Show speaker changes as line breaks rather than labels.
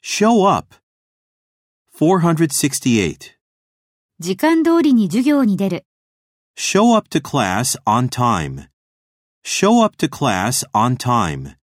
Show up. 468.
時間通りに授業に出る。
Show up to class on time. Show up to class on time.